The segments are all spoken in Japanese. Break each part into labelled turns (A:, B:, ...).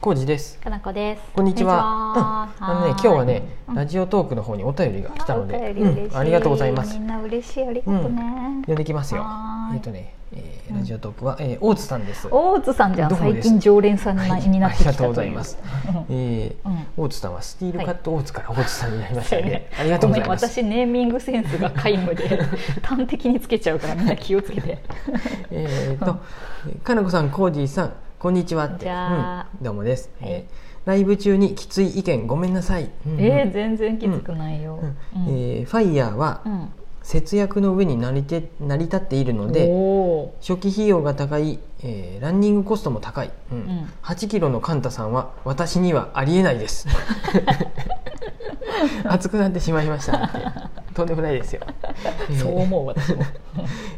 A: コウジです。
B: かなこです。
A: こんにちは。うんあのね、今日はね、
B: うん
A: ラジオトークの方にお便りが来たので、
B: お便り嬉し
A: うんありがとうございます
B: み。んな嬉しい、ありがとうね。
A: 呼んできますよ
B: は。ーい
A: えっ、とね、えー
B: うん
A: ラジオトークは、えー、大津さんです。
B: 大津さんじゃん、
A: どうも
B: 最
A: です
B: 近常連さんにな
A: はい
B: になってきた
A: ありがとうござい ます。
B: う
A: えー
B: んうん
A: 大津さんはスティールカット大津から大津さんになりましたよね。ありがとう
B: ご
A: ご
B: め
A: ざ
B: ん
A: います。
B: 私ネーミングセンスが皆無で 端的につけちゃうからみんな気をつけて
A: えー
B: う
A: と、かなこさん、コージーさん、こんにちはっ
B: こんに
A: て。
B: ちは
A: うんどうもです、
B: はい
A: えーライブ中にきつい意見ごめんなさい。うんうん
B: えー全然きつくないよ
A: うん
B: うん
A: えーファイヤーは
B: うん
A: 節約の上に成りて成り立っているので、
B: お
A: 初期費用が高い、えーランニングコストも高い、うん
B: ん
A: 8キロのカンタさんは私にはありえないです 熱くなってしまいましたってとんでもないですよ、え
B: ー
A: ー
B: そう思う私 も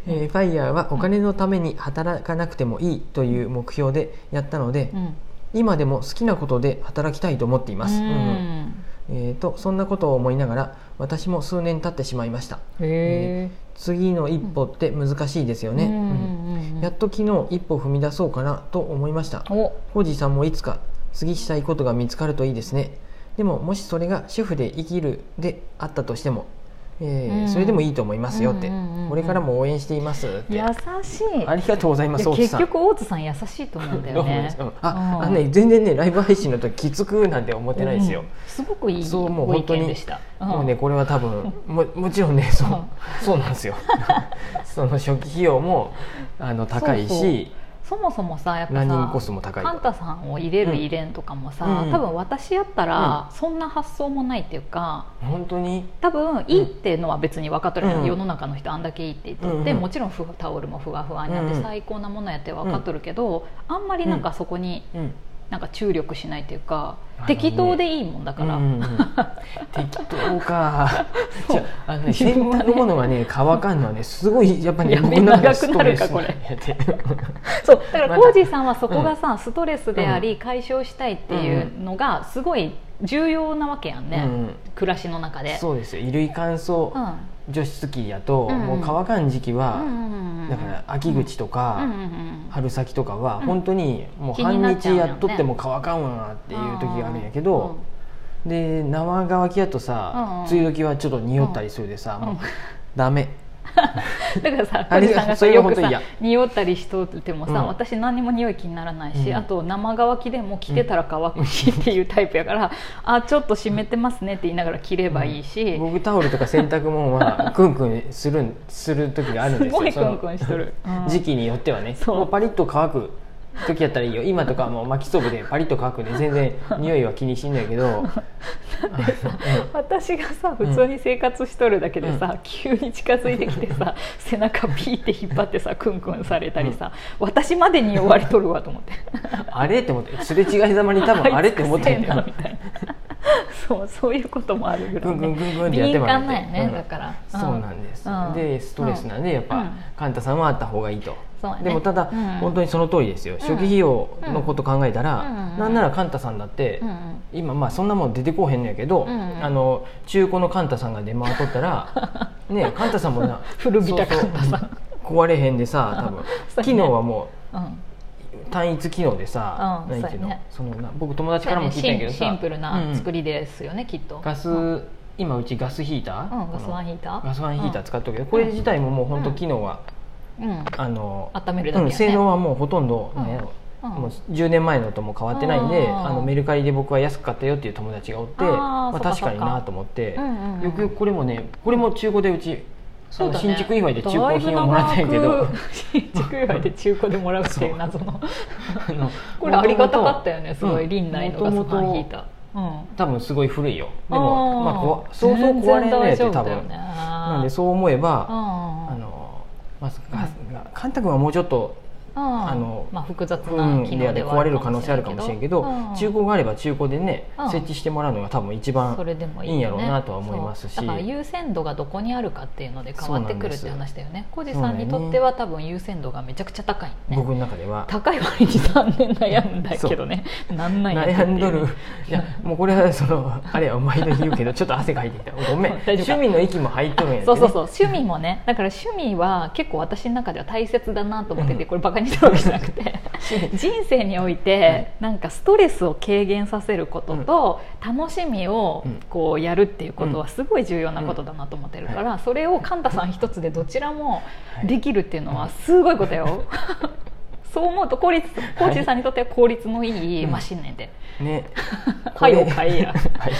A: えーファイヤーはお金のために働かなくてもいいという目標でやったので、
B: うん
A: 今でも好きなことで働きたいと思っています、
B: う
A: うんうん
B: ん
A: えーとそんなことを思いながら私も数年経ってしまいました
B: へ
A: 次の一歩って難しいですよ
B: え
A: ね、
B: うん
A: うん
B: うんうん
A: やっと昨日一歩踏み出そうかなと思いました
B: お
A: コージーさんもいつか次したいことが見つかるといいですねでももしそれが主婦で生きるであったとしても、えー
B: うん
A: それでもいいと思いますよって、
B: うんうんうんうん
A: これからも応援していますって
B: 優しい
A: ありがとうございます大津
B: 結
A: さん。
B: 局大津さん優しいと思うんだよ ね
A: うんあ
B: うん
A: あのね全然ねライブ配信の時きつくなんて思ってないですよ
B: うん、すごくいい
A: そうもう
B: ご意
A: 本当に
B: 見でした。
A: もうね
B: ん
A: これは多 分ももちろんねそう
B: うん
A: そうなん ですよその初期費用もあの高いし
B: そうそうそもそもさやっ
A: ラ
B: ぱ
A: ンニングコス
B: さ
A: トも高い
B: カンタさんを入れ
A: う
B: る
A: ん
B: 入れんとかもさ、
A: うん
B: 多分私やったらそんな発想もないっていうか
A: 本当に
B: 多分いいっていうのは別に分かっとるけど、
A: うん
B: 世の中の人あんだけいいって言っ
A: う
B: て
A: ん
B: て、
A: うん
B: もちろんふタオルもふわふわになっ
A: う
B: て
A: ん
B: 最高なものやって分かっとるけど、あんまりなんかそこに
A: うん
B: なんか注力しないっていうか、
A: うん
B: 適当でいいもんだから。
A: うん うんうん適当か
B: そう
A: じゃああの、ね、
B: 自
A: 洗
B: 分はね
A: 濯物がね乾かんのはねすごいやっぱり、ね、
B: やべ
A: 僕の中で
B: 長くなるか
A: ストレスなんやて
B: そうだから
A: まだ
B: コージーさんはそこがさ、ストレスであり解消したいっていうのがすごい重要なわけやんね、
A: うん
B: 暮らしの中で。
A: そうですよ衣類乾燥、
B: うん
A: 除湿機やと、
B: うんうん
A: もう乾かん時期
B: うん
A: は、
B: うんうん
A: だから秋口と
B: うんう
A: か、
B: んうん
A: 春先とかは、
B: うん
A: 本当にもう
B: 気に
A: 半
B: なっちゃう
A: 日
B: よね
A: やっとっても乾かんわなっていう時があるんやけど、で生乾きやとさ、
B: うんうん
A: 梅雨時はちょっと匂ったりするでさ、
B: うん
A: もうダメ
B: だからさ
A: あ
B: コー
A: れ
B: ジーさんが
A: そ
B: さ
A: れが
B: よ
A: 本
B: く
A: 当に
B: さ
A: 嫌
B: 匂ったりしとってもさ、
A: うん
B: 私何にも匂い気にならないし、
A: うん
B: あと生乾きでも着てたら乾くしっていうタイプやから、あちょっと湿ってますねって言いながら着ればいいし、
A: 僕タオルとか洗濯物は クンクンするんする時があるんです
B: す
A: よ
B: ごい
A: そ
B: ク
A: の
B: ンクンしとる。うん
A: 時期によってはね
B: そう
A: もうパリッと乾く時やったらいいよ今とかはもう巻きそばでパリッと乾くんで全然匂いは気にしんないけ ど
B: 私がさ普通に生活しとるだけでさ、急に近づいてきて さ背中ピーって引っ張ってさクンクンされたりさ、私までに追われとるわと思って
A: あれって思ってすれ違いざまに多分あれって思ってんだ
B: あ
A: よ
B: いつくせえなみたいなそうそういうこともあるぐ
A: ぐ
B: らい、
A: んぐんぐんぐんってやって
B: 敏
A: もらって
B: 感なんやね、
A: うん
B: だから、
A: そうなんです、
B: うん
A: でストレスなんでやっぱ、
B: うん
A: カンタさんはあった方がいいと、
B: そうやね
A: でもただ、
B: うん
A: 本当にその通りですよ初期費用のこと考えたら、
B: うん
A: なんならカンタさんだって、
B: うんうん
A: 今まあそんなもん出てこうへんのやけど、
B: うんうん
A: あの中古のカンタさんが出回っとった らねカンタさんもな
B: 古びたカンタさん
A: そうそう壊れへんでさ多分
B: そうやね
A: 機能はも
B: うん
A: う単一機能でさ、
B: うん
A: なんていうの
B: そうやね
A: そのな僕友達からも聞いたんやけどさ
B: シンシンプルな作
A: り、
B: りですよね、きっと
A: うんガス、
B: うん
A: 今うちガスヒーター、
B: ガスワンヒーター
A: ガスワンヒーター使っとるけど、これ自体ももう本当機能は、
B: うん、うん
A: あの
B: 温めるだけやね
A: うん性能はもうほとんど、
B: うん
A: なんやろ
B: うん
A: もう10年前のとも変わってないんで、
B: うん
A: あのメルカリで僕は安く買ったよっていう友達がおってま
B: あーそ
A: あ、
B: っか
A: 確かに
B: そっか
A: なと思って、
B: うんうんうん
A: よくよくこれもねこれも中古でうち、あ
B: そう
A: の
B: だね
A: 新築祝いで中古品をもらったんやけ
B: だい
A: ど
B: ぶ長く新築祝いで中古でもらうっていう謎の
A: あの
B: これありがたかったよねす
A: う
B: ごい
A: ん
B: 林内のガスファンヒーター、うん、
A: 多分すごい古いよで
B: あ
A: も
B: ー
A: まあこわ、そうそう壊れないや
B: 全然大
A: つ
B: 丈夫
A: 多
B: だよ
A: 分
B: ね
A: なんでそう思え
B: うん
A: ば、あ
B: あ
A: のまずガス、カンタ君はもうちょっとあの
B: まあ、複雑
A: うん
B: な機
A: で
B: 能
A: あ
B: で
A: れ
B: は
A: 壊れる可能性あるかもしれんけど、
B: うん
A: 中古があれば中古でね、
B: うん
A: 設置してもらうのが多分一番
B: それでもいい,、
A: いいんやろうなとは思いますし
B: そうだから優先度がどこにあるかっていうので変わってくるって話だよね浩
A: で
B: 司
A: す
B: さんにとっては多分優先度がめちゃくちゃ高いね
A: 僕の中では
B: 高い割に3年悩んだけどねなんなんやっていう
A: 悩んどるいやもうこれはそのあれはお前の言うけどちょっと汗かいてきたごめん
B: うん
A: 趣
B: 大丈夫か
A: 味の域も入っとるんやけ
B: そ
A: ど
B: うそうそう趣味もねだから趣味は結構私の中では大切だなと思ってて、
A: うん
B: これバカにしたわけじゃなくて人生においてなんかストレスを軽減させることと楽しみを
A: うん
B: こうやるっていうこ
A: う
B: とはすごい重要なことだなと思ってるからそれをカンタさん一つでどちらもできるっていうのはすごいことよ。そう思うと効率コーチさんにとっては効率のいいマシンねんで、
A: ね
B: はよ 買えや
A: は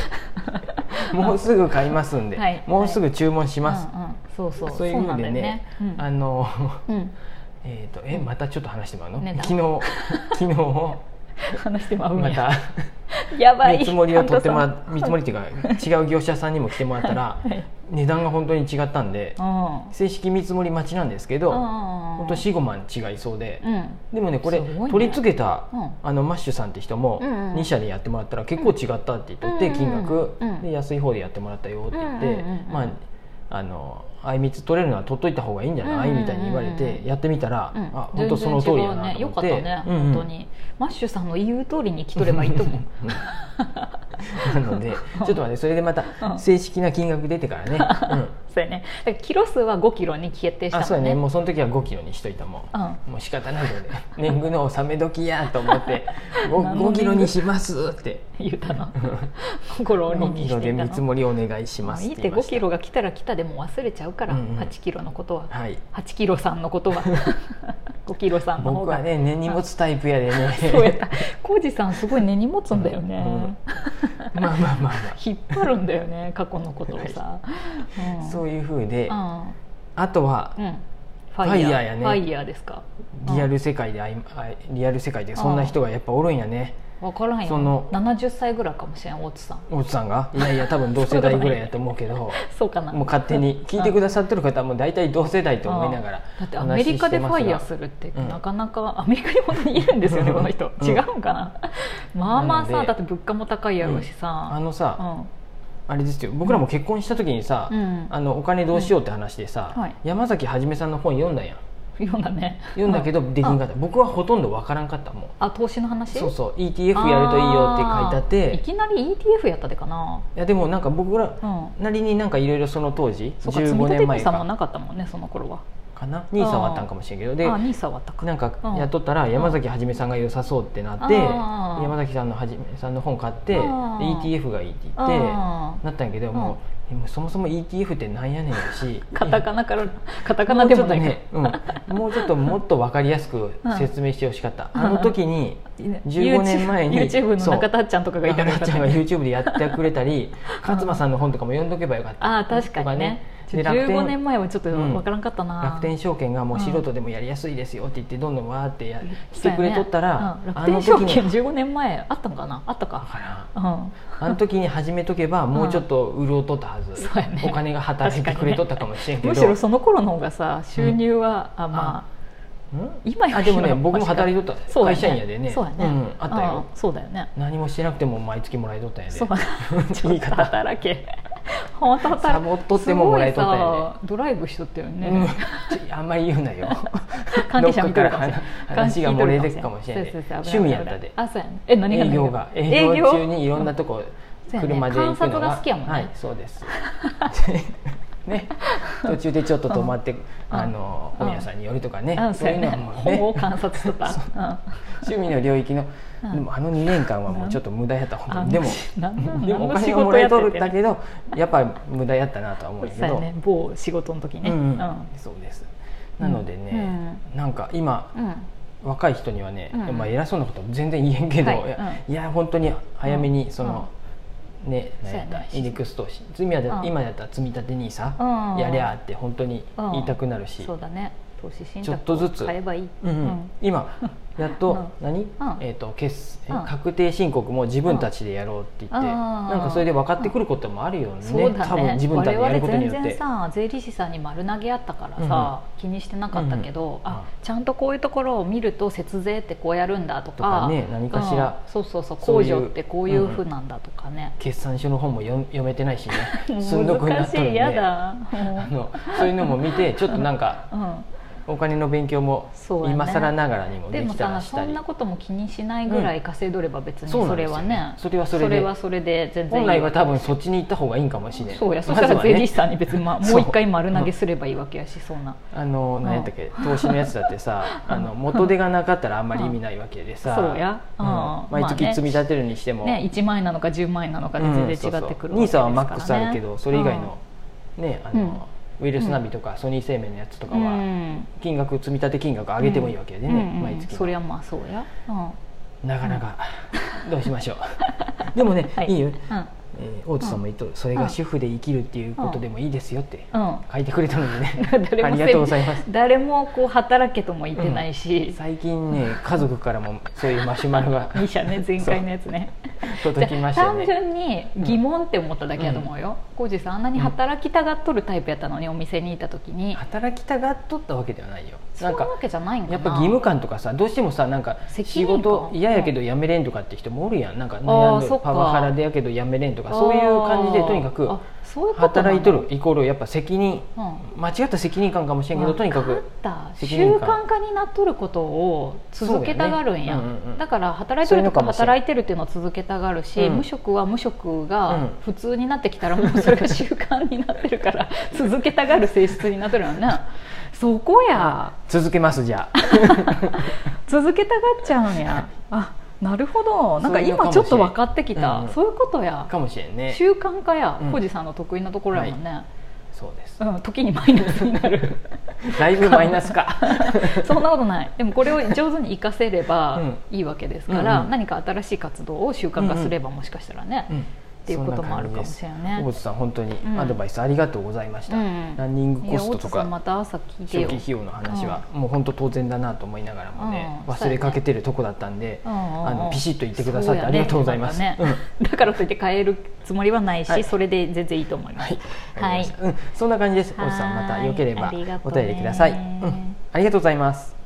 A: いもうすぐ買いますんで、
B: はい
A: もうすぐ注文します、
B: うんうんそうそう
A: そういう意味でね
B: そうなんだ
A: あ
B: よね
A: の
B: うん うん
A: えっとえまたちょっと話してもらうの、
B: ねだ
A: 昨日昨日
B: 話してまうん
A: ま
B: や
A: た
B: やばい
A: 見積もりを取ってもら
B: 神田さん
A: 見積もりっていうか違う業者さんにも来てもらったら、
B: はい
A: 値段が本当に違ったんで
B: うん
A: 正式見積もり待ちなんですけど
B: 本
A: 本当45万違いそうで、
B: うん
A: でもねこれ、
B: すごいね
A: 取り付けた、
B: うん
A: あのマッシュさんって人も
B: うんうん
A: 2社でやってもらったら結構違ったって言ってて、
B: うん
A: 金額、
B: うん
A: で安い方でやってもらったよって言って、
B: うんうんうんうん
A: まああのあいみつ取れるのは取っといた方がいいんじゃない、
B: うんうんうんうん
A: みたいに言われてやってみたら、
B: うん
A: あ本当その通りやな
B: 全然違うね
A: と
B: よ
A: 思
B: か
A: っ、
B: ってたね
A: うんうん
B: 本当にマッシュさんの言う通りに来とればいいと思う
A: なのでちょっと待ってそれでま
B: う
A: た
B: ん
A: 正式な金額出て からね、うん
B: そうやねだからキロ数は5キロに決定し
A: あ
B: た
A: そう
B: も
A: やね
B: んね
A: もうその時は5キロにしといたもん、
B: うん
A: もう仕方ないので年貢の納め時やと思 って
B: 何
A: 5,
B: の年貢
A: キロにしますって
B: 言う たな心を
A: 5
B: 鬼に
A: キ
B: し
A: ロ
B: て
A: で
B: いた
A: 見積
B: の
A: もりお願いし
B: ま
A: ま
B: あ
A: す
B: いい
A: っ
B: ってて
A: 言いま
B: 5
A: し
B: キ
A: た
B: ロが来たら来たでもう忘れちゃうから
A: うんうん
B: 8キロのことは
A: はい
B: 8キロさんのこと は5キロさんの方
A: 僕
B: が
A: はね根荷物タイプやでね
B: そうやった浩二さんすごい根に持つんだよね、
A: うん まあまあまあま
B: 引っ張るんだよね過去のことをさ、う
A: あ
B: ん、
A: そうういうふうで
B: ん、うん、
A: あとは
B: ファイ
A: ファ
B: ヤー
A: イヤーやね
B: ファイヤーですか
A: リアル世界であいあいリアル世界でそんな人がやっぱおるんやね
B: 分からんよ
A: その
B: 70歳ぐらいかもしれん大津さん
A: 大津さんがいやいや多分同世代ぐらいやと思うけど
B: そうかな
A: もう勝手に聞いてくださってる方はもう大体同世代と思いながら
B: だってアメリカでファイヤーす
A: る
B: るって
A: うん
B: なかなかアメリカに本当にいるんですよねこの人
A: うん
B: 違うんかなまあまあ
A: なの
B: さ
A: で
B: だって物価も高いやろうし
A: あ
B: さ
A: のさ、
B: うん
A: あれですよ僕らも結婚した時にさ、
B: うん
A: あのお金どうしようって話でさ、
B: うんはい
A: 山崎はじめさんの本読んだやん
B: 読んだね
A: 読んだけどできんか
B: っ
A: った、僕はほとんどわからんかったもん
B: たあ投資の話
A: そうそう ETF やるといいよって書いてあっ
B: あー
A: て
B: いきなり ETF やったでかな、
A: いやでもなんか僕ら
B: うん、
A: なりになんかいろいろその当時
B: そうか積
A: 15
B: み
A: 年
B: 立て
A: 前
B: n さも
A: か
B: なかったもんねその頃は
A: かな兄さんはあったんかもしれんけど
B: あ
A: で
B: あ NISA はあったか
A: なんか
B: うん
A: やっとったら山崎はじめさんが良さそうってなって、
B: うん
A: 山崎さんのはじめさんの本買って、
B: うん
A: で ETF がいいって言って、
B: あー
A: なったんやけど、
B: ん
A: もうもうそもそも ETF ってなんやねんやし
B: カタカナからカタカナでもないか
A: もうちょっとね、うん、もうちょっともっと分かりやすく説明してほしかった、
B: うん
A: あの時に15年前に
B: YouTube の中田あっちゃんとかがいた
A: 中
B: ら
A: 田
B: よかっ
A: ちゃ
B: た
A: んが
B: ね
A: YouTube でやってくれたり勝間さんの本とかも読んどけばよかった
B: ああ確かにね
A: と
B: ちょ
A: で楽
B: 15年
A: 天
B: 前はちょっとわからんかったな、
A: 楽天証券がもう素人でもやりやすいですよって言ってどんどんわーってやしてくれとったら、
B: うん楽
A: あの
B: 天
A: 時に
B: 証券15年前あったんかなあった
A: わ
B: か、
A: からん
B: うん、
A: あの時に始めとけばもうちょっと潤うとったはず、
B: そうやね
A: お金が働いてくれとったかもしれんけど
B: むしろその頃の方がさ収入は、あまあ
A: うん
B: 今よ
A: あ
B: り
A: でもね
B: は
A: 僕も働いとった
B: そう
A: 会社員やでね
B: そうやね、
A: うんあったよ
B: うんそうだよね
A: 何もしてなくても毎月もらえとったんやで
B: そ う
A: 言い
B: ちょっと
A: 方
B: 働け 本当働
A: サボっとってももらえとったよね
B: すごいさドライブしとったよね、
A: うんちあんまり言うなよ
B: 関係者見てるかもしれ
A: どっ
B: ん
A: から話が漏れてくかもしれんで
B: そうそう
A: 趣
B: そう
A: 味
B: 危ない
A: やったで
B: あそうやねえ何が
A: 営業が営業中にいろんなとこ
B: そうやね
A: 車で行く
B: 観察
A: の
B: が
A: が
B: 好きやもんね
A: はいそうです ね途中でちょっと止まってあの
B: うん
A: 本屋さんに寄るとかね
B: あ
A: そ
B: そうう
A: い
B: や
A: う
B: ね
A: のはもうね
B: 本を観察と か
A: 趣味の領域の
B: うん
A: でもあの2年間はもうちょっと無駄やった本当
B: うん
A: にでも
B: 何の
A: でも
B: 何
A: お
B: の仕
A: 金がも
B: 事
A: ら
B: や
A: え
B: っ
A: とる
B: て
A: んだ
B: て
A: けどやっぱ無駄やったなとは思うけ
B: そうや
A: ど
B: ね某仕事の時ね
A: う
B: うんん
A: そうですなのでね
B: う
A: なんか今
B: うん
A: 若い人にはね
B: うん
A: まあ偉そうなこと全然言えんけど
B: はい
A: いやいや本当に早めにそのね
B: そうやね
A: 何やったインデックス投資積み立て
B: うん
A: 今やったら積み立て NISA
B: うん
A: やりゃあって本当に言いたくなるし
B: そうだね投資信
A: ちょっとずつ
B: 託を買えばいい
A: うんうん今やっと何えーと決すえ
B: うん
A: 確定申告も自分たちでやろうって言って
B: あー
A: なんかそれで分かってくることもあるよね
B: そうだ
A: 多分
B: ね
A: 自分たちでやることによ
B: 我
A: っ
B: 々全然
A: て。
B: さ税理士さんに丸投げあったからさ、気にしてなかったけ
A: う
B: ど、
A: んうん
B: あちゃんとこういうところを見ると節税ってこうやるんだとか
A: とかね何かしら
B: うんそうそうそう
A: そう
B: 控
A: いう
B: 除ってこういうふうなんだとかね、
A: 決算書の本も読 読めてないしね
B: もう
A: 寸読にな
B: 難
A: っ
B: し
A: とるん
B: い
A: で
B: や
A: あ
B: だもう
A: のそういうのも見てちょっとなんか
B: うん
A: お金の勉強も
B: そうやね
A: 今更ながらにも
B: で
A: で
B: も
A: きた
B: さ
A: らし
B: そ
A: たり
B: んなことも気にしないぐらい稼いどれば別に
A: そうな
B: そ
A: んで
B: れ
A: すよ
B: は
A: ね
B: ね
A: それはそれで
B: はそれで全然い
A: 本
B: い
A: 来は多分そっちに行った方がいいんかもしれない
B: そうやそ
A: ま
B: し
A: ずは
B: たら税理
A: ね
B: 士さんに別にまあ
A: そう
B: もう一回丸投げすればいいわけやしそんな
A: あの
B: うん
A: 何やったっけ投資のやつだってさ
B: うん
A: あの元手がなかったらあんまり意味ないわけでさ
B: そうや
A: うん
B: うん
A: 毎月
B: まあね
A: 積み立てるにしても
B: ね1万円なのか10万円なのかで全然違ってくるわけ
A: ニ
B: で
A: ー
B: す
A: サ
B: から
A: は
B: ね
A: マックスあるけどそれ以外のねあのウイルスナビとかソニー生命のやつとか
B: うん
A: は金額積み立て金額上げてもいいわけで
B: うん
A: ね
B: うんうん
A: 毎月の
B: そりゃまあそうやうん
A: なかなかどうしま しょうでもね
B: はい
A: いいよ
B: うん
A: えー大津さんも言っとるそれが主婦で生きるっていうことでもいいですよって
B: うん
A: 書いてくれたのでね
B: 誰
A: あ
B: も
A: り
B: せ
A: がとうございます
B: 誰もこう働けとも言ってないし、
A: 最近ね家族からもそういうマシュマロ が
B: 二社ね前回のやつね
A: そう届きました
B: 単
A: ね
B: 純に疑問って思っただけやと思うよ浩司、さんあんなに働きたがっとるタイプやったのにお店にいた時に、
A: 働きたがっとったわけではないよ
B: そ
A: なんん
B: な
A: か
B: わけじゃないんかな
A: やっぱ義務感とかさどうしてもさなんか
B: 責
A: 仕
B: 任感
A: 事嫌やけど辞めれんとかって人もおるやんなんか
B: あ
A: 悩
B: ー
A: んで
B: そっ
A: る
B: か
A: パワハラでやけど辞めれんとかそういう感じでとにかく
B: あそういうことなの
A: 働いとるイコールやっぱ責任
B: うん
A: 間違った責任感かもしれんけどとにか
B: わ
A: く
B: かった
A: 責
B: 習
A: 任感
B: 慣化になっとることを続けたがるんや
A: そうやねうんうんうん
B: だから働いてると
A: そういうのか
B: か
A: もしれん
B: 働いてるっていうのを続けたがるし、
A: うん
B: 無職は無職
A: うん
B: が普通になってきたらもうそれが習慣になってるから 続けたがる性質になってるよねそこや
A: 続けますじゃあ
B: 続けたがっちゃうんやあなるほどなんか
A: そういうのか
B: 今
A: もし
B: ち
A: れ
B: ょ
A: ん
B: っと分かってきた、
A: うんうん
B: そういうことや
A: かもしれん ね
B: 習慣化や
A: うん
B: 小路さんの得意なところやもんね、
A: そうです
B: うん、時にマイナスになる
A: だいぶマイナス か
B: そんなことないでもこれを上手に活かせればいいわけですから、
A: うんうん
B: 何か新しい活動を習慣化すればもしかしたらね、
A: うん
B: っていうこともあるかもしれないね
A: 大津さん本当に
B: うん
A: アドバイスありがとうございました、
B: うんうん
A: ランニングコストと
B: いや大津さんま
A: か
B: た朝聞いて
A: 初期
B: よ、
A: 費用の話は、もう本当当然だなと思いながらもね、
B: うん
A: 忘れかけてるとこだったんで、
B: うんうんうん
A: あのピシッと言ってくださって
B: そや
A: あ
B: ね
A: りがとうございます、
B: なんかねだからといって変えるつもりはないし、
A: はい
B: それで全然いいと思い
A: うん
B: ま
A: は
B: す
A: い、わかりましたうん、そんな感じです
B: は
A: 大
B: い
A: 津さんまたよければ
B: ありがと
A: お
B: うね
A: 便りください、うん、ありがとうございます